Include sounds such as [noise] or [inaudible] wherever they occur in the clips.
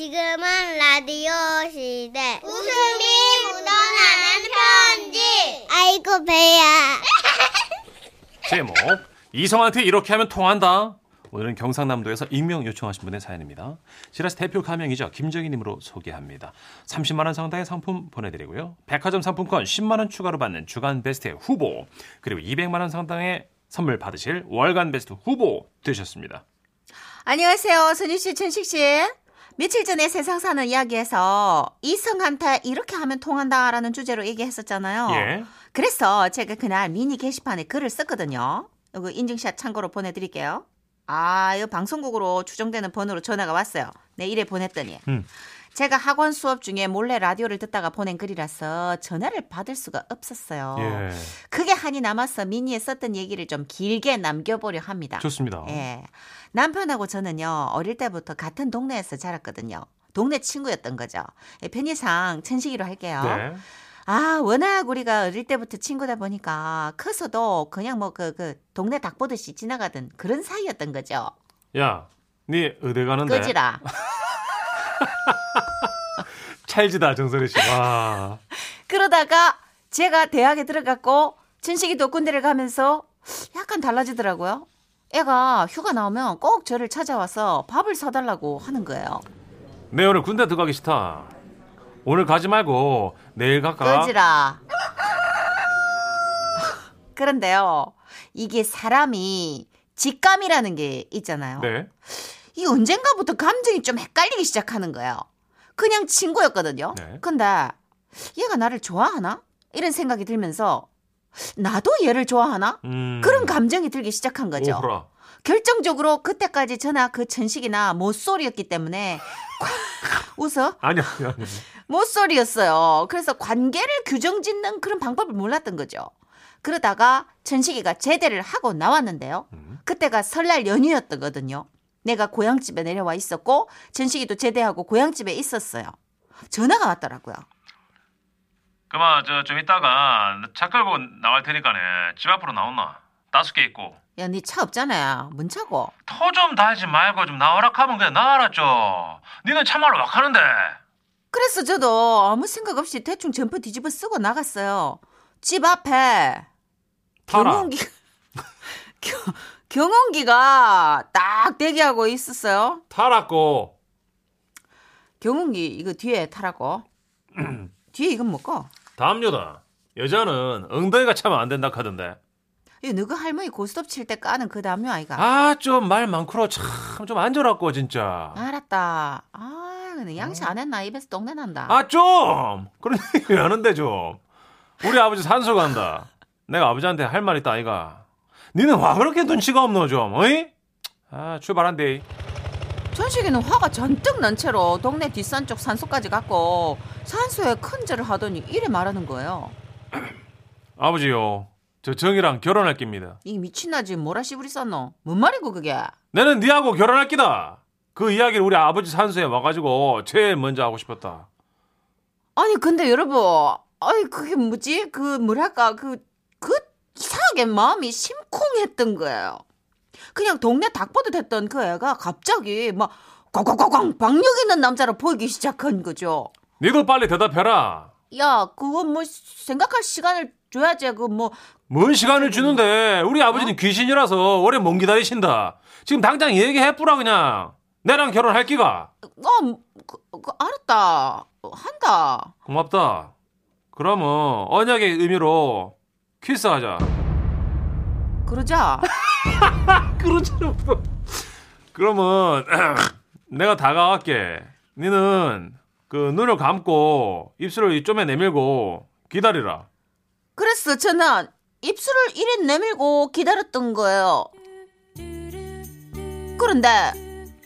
지금은 라디오 시대. 웃음이 묻어나는 편지. 아이고, 배야. 제목 이성한테 이렇게 하면 통한다. 오늘은 경상남도에서 익명 요청하신 분의 사연입니다. 지라스 대표 가명이죠. 김정희님으로 소개합니다. 30만 원 상당의 상품 보내드리고요. 백화점 상품권 10만 원 추가로 받는 주간 베스트 후보 그리고 200만 원 상당의 선물 받으실 월간 베스트 후보 되셨습니다. 안녕하세요. 선희 씨, 천식 씨. 며칠 전에 세상 사는 이야기에서 이성한테 이렇게 하면 통한다라는 주제로 얘기했었잖아요. 예. 그래서 제가 그날 미니 게시판에 글을 썼거든요. 이거 인증샷 참고로 보내드릴게요. 아, 이 방송국으로 추정되는 번호로 전화가 왔어요. 네, 이래 보냈더니. 음. 제가 학원 수업 중에 몰래 라디오를 듣다가 보낸 글이라서 전화를 받을 수가 없었어요. 예. 그게 한이 남아서 미니에 썼던 얘기를 좀 길게 남겨보려 합니다. 좋습니다. 예. 남편하고 저는요, 어릴 때부터 같은 동네에서 자랐거든요. 동네 친구였던 거죠. 예, 편의상 천식이로 할게요. 네. 아, 워낙 우리가 어릴 때부터 친구다 보니까 커서도 그냥 뭐 그, 그, 동네 닭 보듯이 지나가던 그런 사이였던 거죠. 야, 네 의대 가는데 끄지라. 찰지다 정선희 씨. 와. 그러다가 제가 대학에 들어갔고 준식이도 군대를 가면서 약간 달라지더라고요. 애가 휴가 나오면 꼭 저를 찾아와서 밥을 사달라고 하는 거예요. 내 네, 오늘 군대 들어가기 싫다. 오늘 가지 말고 내일 갈까? 꺼지라. 그런데요, 이게 사람이 직감이라는 게 있잖아요. 네. 이 언젠가부터 감정이 좀 헷갈리기 시작하는 거예요. 그냥 친구였거든요. 네. 근데 얘가 나를 좋아하나? 이런 생각이 들면서 나도 얘를 좋아하나? 음. 그런 감정이 들기 시작한 거죠. 오호라. 결정적으로 그때까지 저나 그 천식이나 모쏠이었기 때문에 [laughs] 웃어 아니요, 아니요. 아니요. 모쏠이었어요. 그래서 관계를 규정짓는 그런 방법을 몰랐던 거죠. 그러다가 천식이가 제대를 하고 나왔는데요. 음. 그때가 설날 연휴였거든요. 내가 고향집에 내려와 있었고 천식이도 제대하고 고향집에 있었어요. 전화가 왔더라고요. [laughs] 그만 아, 저좀 이따가 차 끌고 나갈 테니까네 집 앞으로 나오나 따숩게 있고 야, 네 차 없잖아. 문 차고. 토 좀 달지 말고 좀 나와라 하면 그냥 나와라 죠 니는 참말로 막하는데 그래서 저도 아무 생각 없이 대충 점퍼 뒤집어 쓰고 나갔어요. 집 앞에 타라 경운기 [laughs] 경- 경운기가 딱 대기하고 있었어요. 타라고 경운기 이거 뒤에 타라고. 뒤에 이건 뭐고? 담요다 여자는 엉덩이가 차면 안 된다 하던데 이거 너그 할머니 고스톱 칠 때 까는 그 담요 아이가. 아 좀 말 많구로 참 좀 앉으라고 진짜 알았다. 아, 근데 양치 안 했나 입에서 똥내 난다. 아 좀 그런 [laughs] 얘기 왜 하는데 좀 우리 아버지 산소 간다 내가 아버지한테 할 말 있다 아이가 니는 와 그렇게 눈치가 없노 좀 어이 아 출발한대 전식이는 화가 잔뜩 난 채로 동네 뒷산 쪽 산소까지 갔고 산소에 큰절을 하더니 이래 말하는 거예요. 아버지요. 저 정이랑 결혼할 깁니다. 이 미친나 지금 뭐라 시부리 썼노? 뭔 말이고 그게? 나는 니하고 결혼할 끼다. 그 이야기를 우리 아버지 산소에 와가지고 제일 먼저 하고 싶었다. 아니 근데 여러분, 아니 그게 뭐지? 그 뭐랄까 그 그 이상하게 마음이 심쿵했던 거예요. 그냥 동네 닭보듯 했던 그 애가 갑자기 막 꽝꽝꽝꽝 박력 있는 남자로 보이기 시작한 거죠. 니도 빨리 대답해라. 야, 그거 뭐 생각할 시간을 줘야지. 그뭐 뭔 시간을 주는데 우리 아버지는 귀신이라서 오래 못 기다리신다. 지금 당장 얘기해 뿌라 그냥. 내랑 결혼할 끼가. 어, 그, 그, 알았다. 어, 한다. 고맙다. 그러면 언약의 의미로 키스하자. 그러자. 그러지는 뭐. 그러면 [clears throat] 내가 다가갈게. 니는 그 눈을 감고 입술을 이쪽에 내밀고 기다리라. 그래서 저는 입술을 이리 내밀고 기다렸던 거예요. 그런데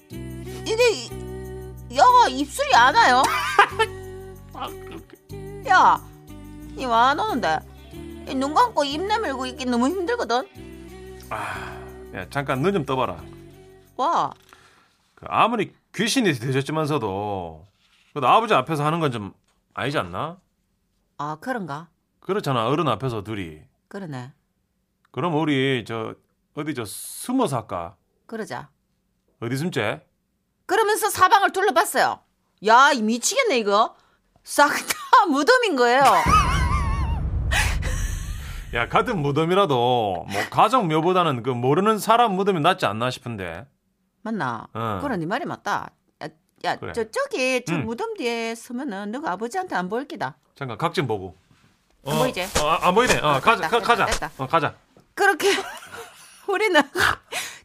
이게 이- 야가 입술이 안 와요. 야, 이안 오는데 이눈 감고 입 내밀고 있기 너무 힘들거든. 야, 예, 잠깐 눈 좀 떠봐라. 와, 그 아무리 귀신이 되셨지만서도 그래도 아버지 앞에서 하는 건 좀 아니지 않나? 아 그런가? 그렇잖아 어른 앞에서 둘이. 그러네. 그럼 우리 저 어디 저 숨어서 할까? 그러자. 어디 숨지? 그러면서 사방을 둘러봤어요. 야, 이 미치겠네, 이거. 싹 다 [laughs] 무덤인 거예요. 야, 같은 무덤이라도 뭐 가정 묘보다는 그 모르는 사람 무덤이 낫지 않나 싶은데. 맞나? 응. 그래, 네 말이 맞다. 야, 야 어. 그래. 음. 저, 저기, 저 응. 무덤 뒤에 서면은 너가 아버지한테 안 보일 기다. 잠깐 각진 보고. 안 보이지? 어, 아, 안 보이네. 어, 가자, 됐다, 가, 됐다, 가자. 됐다. 어, 가자. 그렇게 [laughs] 우리는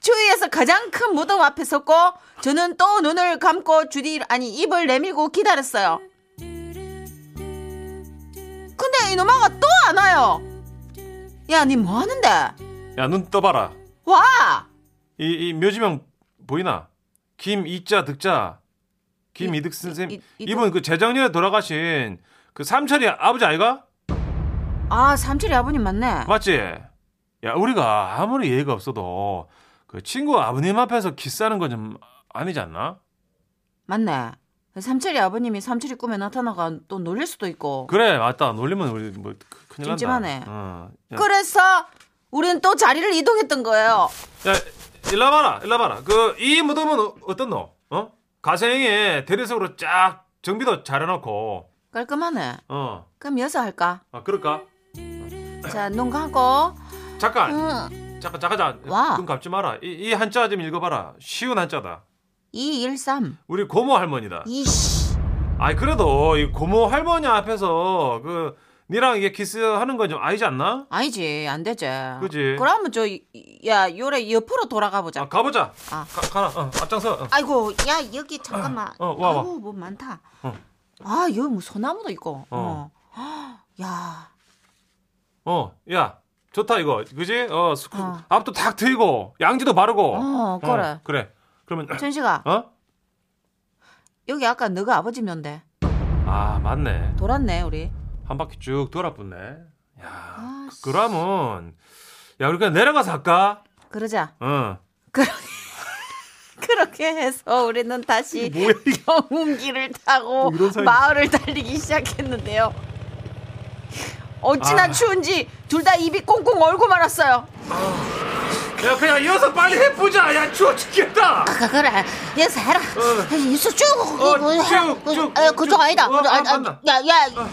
주위에서 가장 큰 무덤 앞에 섰고 저는 또 눈을 감고 주디 아니 입을 내밀고 기다렸어요. 근데 이놈아가 또 안 와요. 야, 니 뭐 하는데? 야, 눈 떠봐라. 와! 이, 이 묘지명 보이나? 김이자 득자. 김이득 선생님. 이- 이- 이분 그 재작년에 돌아가신 그 삼촌이 아버지 아이가? 아, 삼촌이 아버님 맞네. 맞지? 야, 우리가 아무리 예의가 없어도 그 친구 아버님 앞에서 키스하는 건 좀 아니지 않나? 맞네. 삼촌이 아버님이 삼촌이 꿈에 나타나가 또 놀릴 수도 있고. 그래, 맞다. 놀리면 우리 뭐 크- 큰일 난다. 찜찜하네. 어. 야, 그래서 우리는 또 자리를 이동했던 거예요. 야, 일로 와봐라, 일로 와봐라. 그, 이 무덤은 어- 어떻노? 어? 가생에 대리석으로 쫙 정비도 잘해놓고, 깔끔하네. 어, 그럼 여기서 할까? 아, 그럴까? 자, 눈 감고. 잠깐, 응. 잠깐, 잠깐, 잠깐. 와. 눈 감지 마라. 이, 이 한자 좀 읽어봐라. 쉬운 한자다. 213. 우리 고모 할머니다. 이씨. 아이, 그래도 이 고모 할머니 앞에서 그, 니랑 이게 키스하는 건 좀 아니지 않나? 아니지, 안 되지. 그지? 그러면 저, 이- 야, 요래 옆으로 돌아가 보자. 아, 가보자. 아. 가, 가라, 어, 앞장서. 어. 아이고, 야, 여기 잠깐만. 어, 와, 와. 아우, 뭐 많다. 어. 아, 여기 뭐 소나무도 있고. 어. 어. 야, 어, 야, 좋다 이거, 그지? 어, 스쿠, 어. 앞도 탁 트이고, 양지도 바르고. 어, 그래. 그래. 그러면 천식아, 어? 여기 아까 너가 아버지 면데. 아, 맞네. 돌았네, 우리. 한 바퀴 쭉 돌아붙네. 야, 아, 씨. 그러면 야, 우리 그냥 내려가서 할까? 어. 그러자. [laughs] 응. 그렇게 해서 우리는 다시 뭐야 이게? 경운기를 뭐 타고 이런 사연이- 마을을 달리기 시작했는데요. 어찌나 아. 추운지 둘 다 입이 꽁꽁 얼고 말았어요. 야, 그냥 이어서 빨리 해보자. 야, 추워 죽겠다. 그, 그래. 여기서 해라. 어. 있어 쭉. 어, 그, 그, 해라. 쭉, 그, 쭉, 에, 쭉. 그쪽 아니다. 어, 그쪽 아, 아니, 아니, 맞나? 어. 야, 야.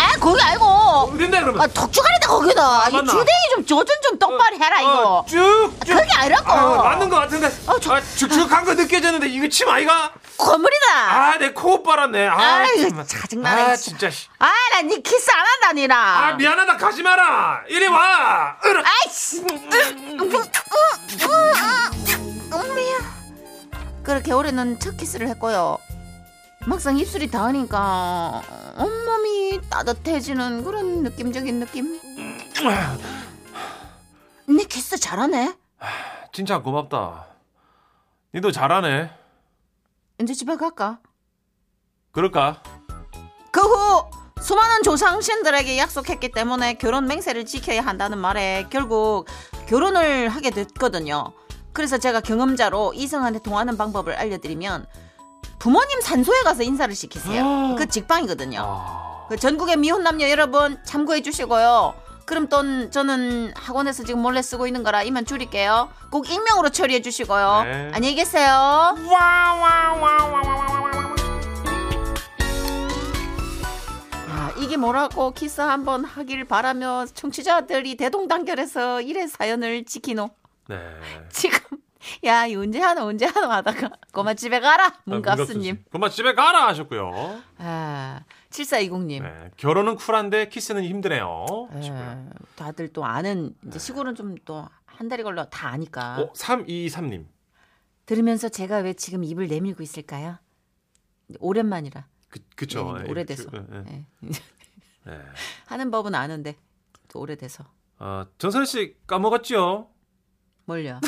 아, 거기 아니고. 어딘데 그러면? 아, 덕주가리다 거기다. 이 맞나? 주댕이 좀 조준 좀 똑바로 해라 이거. 어, 쭉. 쭉. 그게 아니라고. 아, 맞는 것 같은데. 어, 저- 아, 쭉쭉한 거 느껴졌는데 이거 침 아이가? 거물이다. 아, 내 코옷 빨았네. 아, 아이고, 정말. 짜증나네, 아, 진짜. 진짜. 씨. 아, 나 니 키스 안 한다 니라. 아, 미안하다. 가지 마라. 이리 와. 으라. 아이씨. 음, 어, 엄마야. 어, 그렇게 올해는 첫 키스를 했고요. 막상 입술이 닿으니까 온몸이 따뜻해지는 그런 느낌적인 느낌. 내 키스 잘하네. 진짜 고맙다. 니도 잘하네. 이제 집에 갈까? 그럴까? 그 후 수많은 조상신들에게 약속했기 때문에 결혼 맹세를 지켜야 한다는 말에 결국 결혼을 하게 됐거든요. 그래서 제가 경험자로 이성한테 통하는 방법을 알려드리면 부모님 산소에 가서 인사를 시키세요. 그 직방이거든요. 아, 그 전국의 미혼 남녀 여러분 참고해 주시고요. 그럼 또 저는 학원에서 지금 몰래 쓰고 있는 거라 이만 줄일게요. 꼭 익명으로 처리해 주시고요. 네. 안녕히 계세요. 야, 아, 이게 뭐라고 키스 한번 하길 바라며 청취자들이 대동단결해서 이래 사연을 지키노. [laughs] 네. 지금 야, 이 언제 하노 언제 하노 하다가 그만 집에 가라. 문갑스님. 아, 그만 집에 가라 하셨고요. 아, 7420님. 네. 결혼은 쿨한데 키스는 힘드네요. 하셨고요. 에, 다들 또 아는 이제 시골은 좀 또 한 달이 걸려 다 아니까. 어, 3223님. 들으면서 제가 왜 지금 입을 내밀고 있을까요? 오랜만이라. 그, 그쵸. 네, 예, 오래돼서. 그, 예, 예. 예. 네. 하는 법은 아는데 또 오래돼서. 어, 전선 씨 까먹었죠? 뭘요?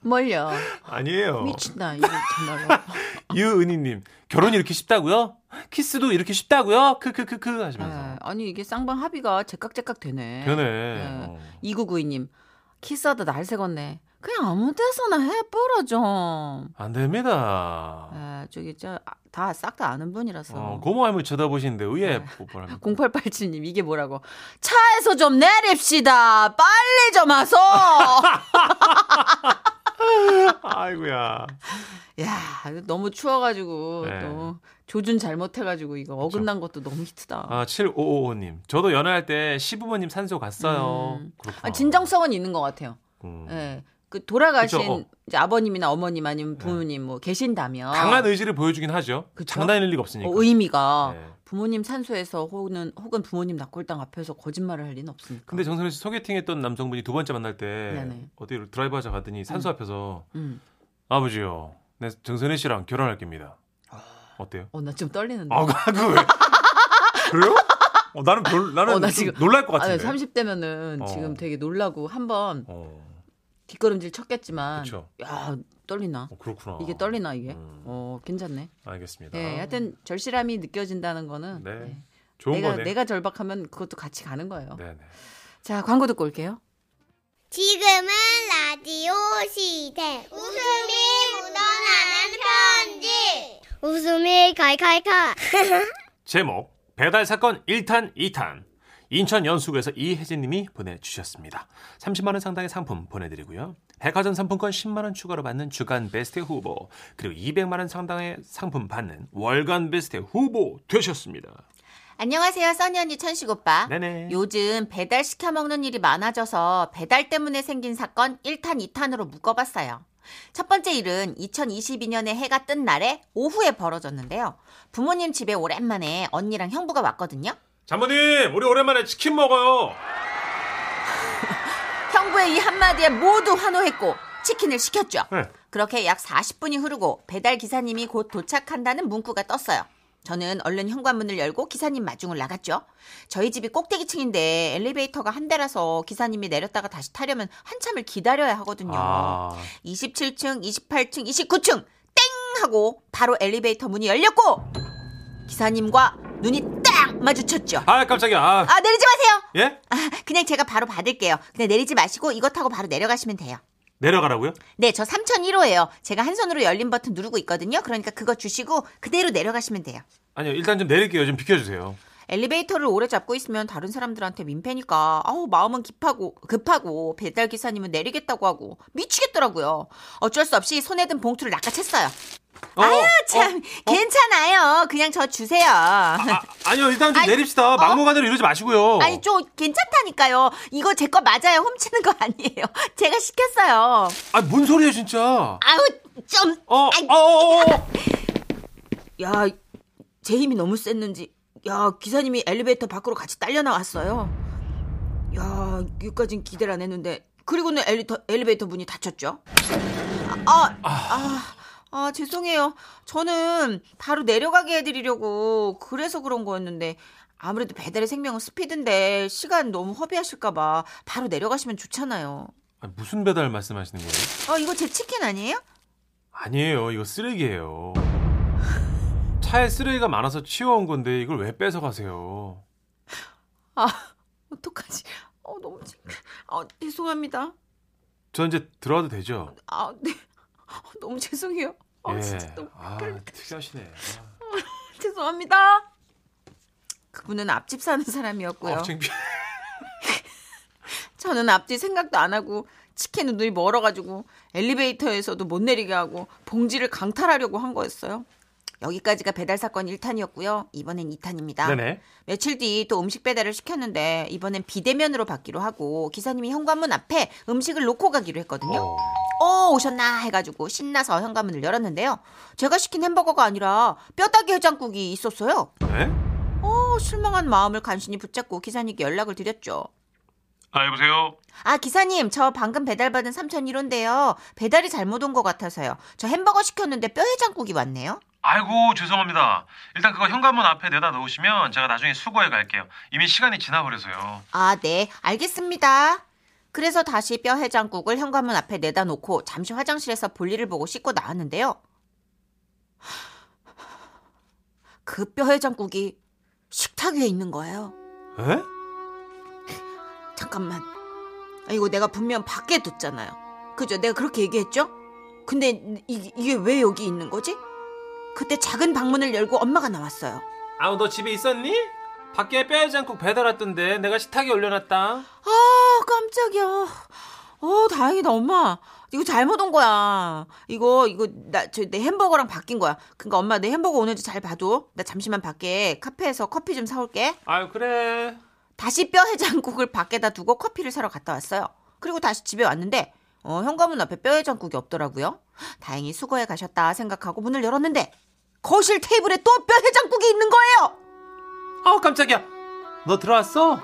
뭘요? 아니에요. 미친다 이거 정말로. 유은희님. 결혼이 이렇게 쉽다고요? 키스도 이렇게 쉽다고요? 그, 크크크크 하시면서. 예, 아니 이게 쌍방 합의가 제깍제깍 되네. 변해. 네. 어. 2992님 키스하다 날 새겄네. 그냥 아무 데서나 해보라 좀. 안 됩니다. 예, 저기 저다 싹 다 아는 분이라서. 네. 어, 고모 할머니 쳐다보시는데 의외 뽀뽀랍니다. 0887님 이게 뭐라고? [laughs] 차에서 좀 내립시다. 빨리 좀 와서. 아이고야. 야, 이거 너무 추워가지고 네. 또 조준 잘못해가지고 이거 어긋난 것도 너무 히트다. 아, 7555님. 저도 연애할 때 시부모님 산소 갔어요. 음. 그렇구나. 아, 진정성은 있는 것 같아요. 음. 예. 그 돌아가신 그쵸, 어. 네. 이제 아버님이나 어머님 아니면 부모님 뭐 계신다면 강한 의지를 보여주긴 하죠. 그쵸? 장난일 리가 없으니까. 어, 의미가 네. 부모님 산소에서 혹은 혹은 부모님 낙골당 앞에서 거짓말을 할 리는 없으니까. 근데 정선혜 씨 소개팅했던 남성분이 두 번째 만날 때 네네. 어디 드라이브 하자 가더니 산소 앞에서 음. 아버지요. 네, 정선혜 씨랑 결혼할 겁니다. 어때요? 어, 나 좀 떨리는데. 아, 그, 그 왜? [laughs] 그래요? 어, 나는 별, 나는 어, 나 좀 지금- 놀랄 것 아니, 같은데. 30대면은 어. 지금 되게 놀라고 한번 어, 뒷걸음질 쳤겠지만 그쵸. 야, 떨리나? 어, 그렇구나. 이게 떨리나 이게? 음. 어, 괜찮네. 알겠습니다. 예, 하여튼 절실함이 느껴진다는 거는 네. 예. 좋은 내가 거네. 내가 절박하면 그것도 같이 가는 거예요. 네, 네. 자, 광고 듣고 올게요. 지금은 라디오 시대. 웃음이 묻어나는 편지 웃음이 칼칼칼. 제목 배달 사건 1탄 2탄 인천 연수구에서 이혜진 님이 보내주셨습니다. 30만 원 상당의 상품 보내드리고요. 백화점 상품권 10만 원 추가로 받는 주간 베스트 후보 그리고 200만 원 상당의 상품 받는 월간 베스트 후보 되셨습니다. 안녕하세요, 써니 언니 천식 오빠. 네네. 요즘 배달 시켜 먹는 일이 많아져서 배달 때문에 생긴 사건 1탄, 2탄으로 묶어봤어요. 첫 번째 일은 2022년에 해가 뜬 날에 오후에 벌어졌는데요. 부모님 집에 오랜만에 언니랑 형부가 왔거든요. 장모님 우리 오랜만에 치킨 먹어요. 형부의 이 한마디에 모두 환호했고 치킨을 시켰죠. 네. 그렇게 약 40분이 흐르고 배달 기사님이 곧 도착한다는 문구가 떴어요. 저는 얼른 현관문을 열고 기사님 마중을 나갔죠. 저희 집이 꼭대기층인데 엘리베이터가 한 대라서 기사님이 내렸다가 다시 타려면 한참을 기다려야 하거든요. 아 27층, 28층, 29층 땡 하고 바로 엘리베이터 문이 열렸고 기사님과 눈이 딱 마주쳤죠. 아, 깜짝이야. 아, 아 내리지 마세요. 예 아, 그냥 제가 바로 받을게요. 그냥 내리지 마시고 이거 타고 바로 내려가시면 돼요. 내려가라고요? 네, 저 3001호예요. 제가 한 손으로 열린 버튼 누르고 있거든요. 그러니까 그거 주시고 그대로 내려가시면 돼요. 아니요 일단 좀 내릴게요. 좀 비켜주세요. 엘리베이터를 오래 잡고 있으면 다른 사람들한테 민폐니까 아우 마음은 급하고 급하고 배달 기사님은 내리겠다고 하고 미치겠더라고요. 어쩔 수 없이 손에 든 봉투를 낚아챘어요. 어, 아유 어, 참 괜찮아요. 그냥 저 주세요. 아, 아니요 일단 좀 아니, 어? 내립시다. 막무가내로 이러지 마시고요. 아니 좀 괜찮다니까요. 이거 제 거 맞아요. 훔치는 거 아니에요. [laughs] 제가 시켰어요. 아 뭔 소리야 진짜. 아우 좀 어, 어, 어, 어. 야, 제 힘이 너무 셌는지 야, 기사님이 엘리베이터 밖으로 같이 딸려 나왔어요. 야, 여기까진 기대를 안 했는데 그리고는 엘리터, 엘리베이터 문이 닫혔죠. 아, 아, 아, 아, 죄송해요. 저는 바로 내려가게 해드리려고 그래서 그런 거였는데 아무래도 배달의 생명은 스피드인데 시간 너무 허비하실까봐 바로 내려가시면 좋잖아요. 아, 무슨 배달 말씀하시는 거예요? 어, 이거 제 치킨 아니에요? 아니에요. 이거 쓰레기예요. 차에 쓰레기가 많아서 치워온 건데 이걸 왜 뺏어 가세요? 아, 어떡하지? 어, 너무 창피해. 어, 죄송합니다. 저 이제 들어와도 되죠? 아, 네. [laughs] 어, 너무 죄송해요. 아, 예. 진짜 너무 아, 끌렸다. 특이하시네. 아, 죄송합니다. 그분은 앞집 사는 사람이었고요. 아, 창피해. 저는 앞뒤 생각도 안 하고 치킨은 눈이 멀어가지고 엘리베이터에서도 못 내리게 하고 봉지를 강탈하려고 한 거였어요. 여기까지가 배달 사건 1탄이었고요. 이번엔 2탄입니다. [laughs] 네네. 며칠 뒤 또 음식 배달을 시켰는데 이번엔 비대면으로 받기로 하고 기사님이 현관문 앞에 음식을 놓고 가기로 했거든요. 어. 어 오셨나 해가지고 신나서 현관문을 열었는데요. 제가 시킨 햄버거가 아니라 뼈다귀 해장국이 있었어요. 네? 어 실망한 마음을 간신히 붙잡고 기사님께 연락을 드렸죠. 아, 여보세요. 아 기사님 저 방금 배달받은 3001호인데요. 배달이 잘못 온 것 같아서요. 저 햄버거 시켰는데 뼈 해장국이 왔네요. 아이고, 죄송합니다. 일단 그거 현관문 앞에 내다 놓으시면 제가 나중에 수거해 갈게요. 이미 시간이 지나버려서요. 아 네 알겠습니다. 그래서 다시 뼈 해장국을 현관문 앞에 내다 놓고 잠시 화장실에서 볼일을 보고 씻고 나왔는데요. 그 뼈 해장국이 식탁 위에 있는 거예요. 에? 잠깐만. 아, 이거 내가 분명 밖에 뒀잖아요. 그죠? 내가 그렇게 얘기했죠? 근데 이, 이게 왜 여기 있는 거지? 그때 작은 방문을 열고 엄마가 나왔어요. 아, 너 집에 있었니? 밖에 뼈해장국 배달 왔던데 내가 식탁에 올려놨다. 아, 깜짝이야. 어, 다행이다, 엄마. 이거 잘못 온 거야. 이거, 이거, 나, 저, 내 햄버거랑 바뀐 거야. 그니까 엄마, 내 햄버거 오는지 잘 봐줘. 나 잠시만 밖에 카페에서 커피 좀 사올게. 아유 그래. 다시 뼈 해장국을 [laughs] 밖에다 두고 커피를 사러 갔다 왔어요. 그리고 다시 집에 왔는데, 어, 현관문 앞에 뼈 해장국이 없더라고요. 다행히 수거해 가셨다 생각하고 문을 열었는데, 거실 테이블에 또 뼈 해장국이 있는 거예요! 아우 어, 깜짝이야. 너 들어왔어?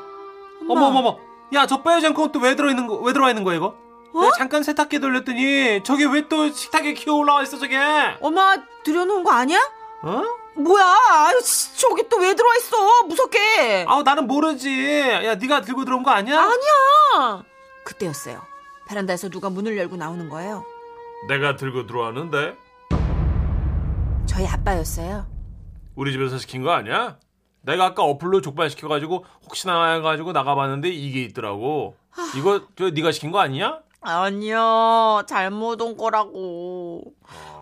어머 어머 어머. 야저 뼈해장국 또왜 들어 있는 거왜 들어와 있는 거야 이거? 내가 잠깐 세탁기 돌렸더니 저게 왜 또 식탁에 기어 올라와 있어 저게? 엄마, 들여놓은 거 아니야? 어? 뭐야? 아유, 씨, 저기 또 왜 들어와 있어? 무섭게! 아우 나는 모르지. 야 네가 들고 들어온 거 아니야? 아니야. 그때였어요. 베란다에서 누가 문을 열고 나오는 거예요. 내가 들고 들어왔는데 저희 아빠였어요. 우리 집에서 시킨 거 아니야? 내가 아까 어플로 족발 시켜가지고 혹시나 해가지고 나가봤는데 이게 있더라고. 이거 저 네가 시킨 거 아니야? 아니야. 잘못 온 거라고.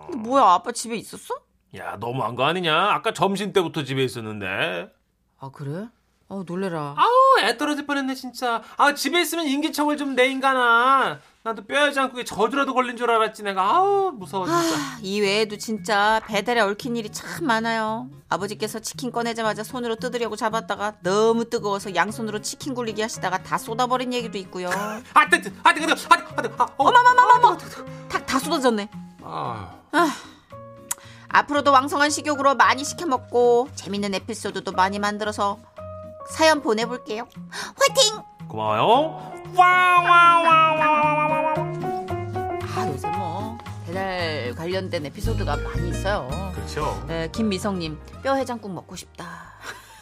근데 뭐야? 아빠 집에 있었어? 야 너무한 거 아니냐? 아까 점심 때부터 집에 있었는데. 아 그래? 어 놀래라. 아우 애 떨어질 뻔했네 진짜. 아 집에 있으면 인기척을 좀 내 인간아. 나도 뼈야지 않고 저주라도 걸린 줄 알았지 내가. 아우 무서워 진짜. 아, 이 외에도 진짜 배달에 얽힌 일이 참 많아요. 아버지께서 치킨 꺼내자마자 손으로 뜯으려고 잡았다가 너무 뜨거워서 양손으로 치킨 굴리기 하시다가 다 쏟아버린 얘기도 있고요. 아 뜨, 아 뜨거, 아 뜨거, 아 어머. 어머머머머머! 탁 다 쏟아졌네. 아, 앞으로도 왕성한 식욕으로 많이 시켜 먹고 재밌는 에피소드도 많이 만들어서 사연 보내볼게요. 화이팅! 고마워요. 와와와와와와와. 아 요새 뭐 배달 관련된 에피소드가 많이 있어요. 그렇죠. 네, 김미성님 뼈 해장국 먹고 싶다.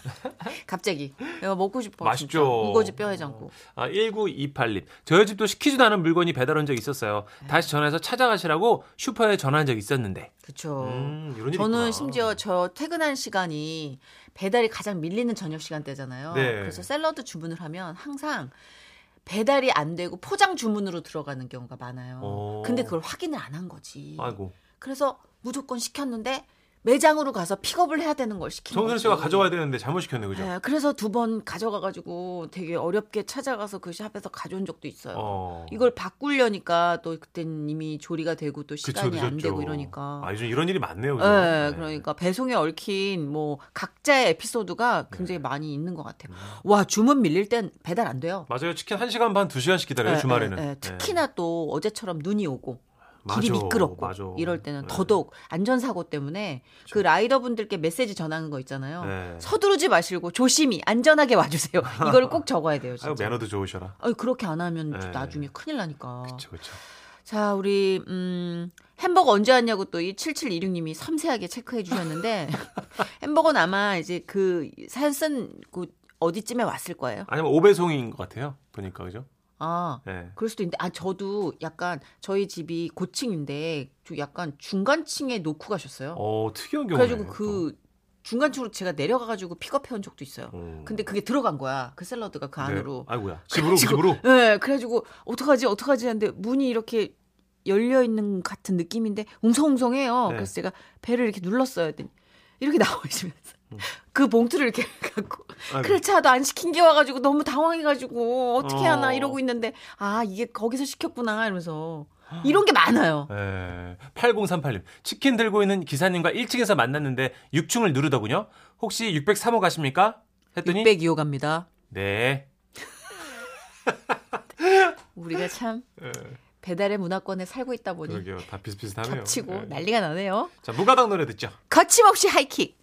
[laughs] 갑자기 이거 먹고 싶어. 맛있죠. 우거지 뼈 해장국. 아, 1928님. 저희 집도 시키지도 않은 물건이 배달 온 적이 있었어요. 다시 전화해서 찾아가시라고 슈퍼에 전화한 적이 있었는데. 그쵸. 음, 이런 일이 있구나. 저는 심지어 저 퇴근한 시간이 배달이 가장 밀리는 저녁 시간대잖아요. 네. 그래서 샐러드 주문을 하면 항상 배달이 안 되고 포장 주문으로 들어가는 경우가 많아요. 오. 근데 그걸 확인을 안 한 거지. 아이고. 그래서 무조건 시켰는데 매장으로 가서 픽업을 해야 되는 걸 시킨 정선 거지. 씨가 가져와야 되는데 잘못 시켰네, 그죠? 네, 그래서 두 번 가져가가지고 되게 어렵게 찾아가서 그 샵에서 가져온 적도 있어요. 어. 이걸 바꾸려니까 또 그땐 이미 조리가 되고 또 그쵸, 시간이 안 늦었죠. 되고 이러니까. 아, 요즘 이런 일이 많네요. 그죠? 네, 그러니까 배송에 얽힌 뭐 각자의 에피소드가 네. 굉장히 많이 있는 것 같아요. 음. 와 주문 밀릴 땐 배달 안 돼요. 맞아요. 치킨 1시간 반, 2시간씩 기다려요, 예, 주말에는. 예, 예. 네. 특히나 또 어제처럼 눈이 오고 길이 맞아, 미끄럽고 맞아. 이럴 때는 네. 그렇죠. 더더욱 안전사고 때문에 그 라이더분들께 메시지 전하는 거 있잖아요. 네. 서두르지 마시고 조심히 안전하게 와주세요. 이걸 꼭 적어야 돼요. [laughs] 아유, 진짜. 매너도 좋으셔라. 아니, 그렇게 안 하면 또 네. 나중에 큰일 나니까. 그쵸, 그쵸. 자, 우리 음, 햄버거 언제 왔냐고 또 이 7726님이 섬세하게 체크해 주셨는데 [laughs] 햄버거는 아마 이제 그 사연 쓴그 어디쯤에 왔을 거예요. 아니면 오배송인 것 같아요. 보니까, 그죠? 아. 네. 그럴 수도 있는데 아 저도 약간 저희 집이 고층인데 좀 약간 중간층에 놓고 가셨어요. 어, 특이한 경우네. 그래가지고 그 중간층으로 제가 내려가가지고 픽업해 온 적도 있어요. 근데 그게 들어간 거야. 그 샐러드가 그 안으로. 네. [laughs] 아이고야. 집으로, 집으로. 네, 그래가지고 어떡하지 어떡하지 하는데 문이 이렇게 열려 있는 같은 느낌인데 웅성웅성해요. 네. 그래서 제가 배를 이렇게 눌렀어요. 했더니 이렇게 [laughs] 나오시면서 그 봉투를 이렇게 [laughs] 갖고 음. 아이고. 크레차도 안 시킨 게 와가지고 너무 당황해가지고 어떻게 어. 하나 이러고 있는데 아 이게 거기서 시켰구나 이러면서 이런 게 많아요. 예, 8038님. 치킨 들고 있는 기사님과 1층에서 만났는데 6층을 누르더군요. 혹시 603호 가십니까? 했더니 602호 갑니다. 네. 우리가 참 예, 배달의 문화권에 살고 있다 보니 그러게요. 다 비슷비슷하네요. 겹치고 예. 난리가 나네요. 자, 무가당 노래 듣죠. 거침없이 하이킥.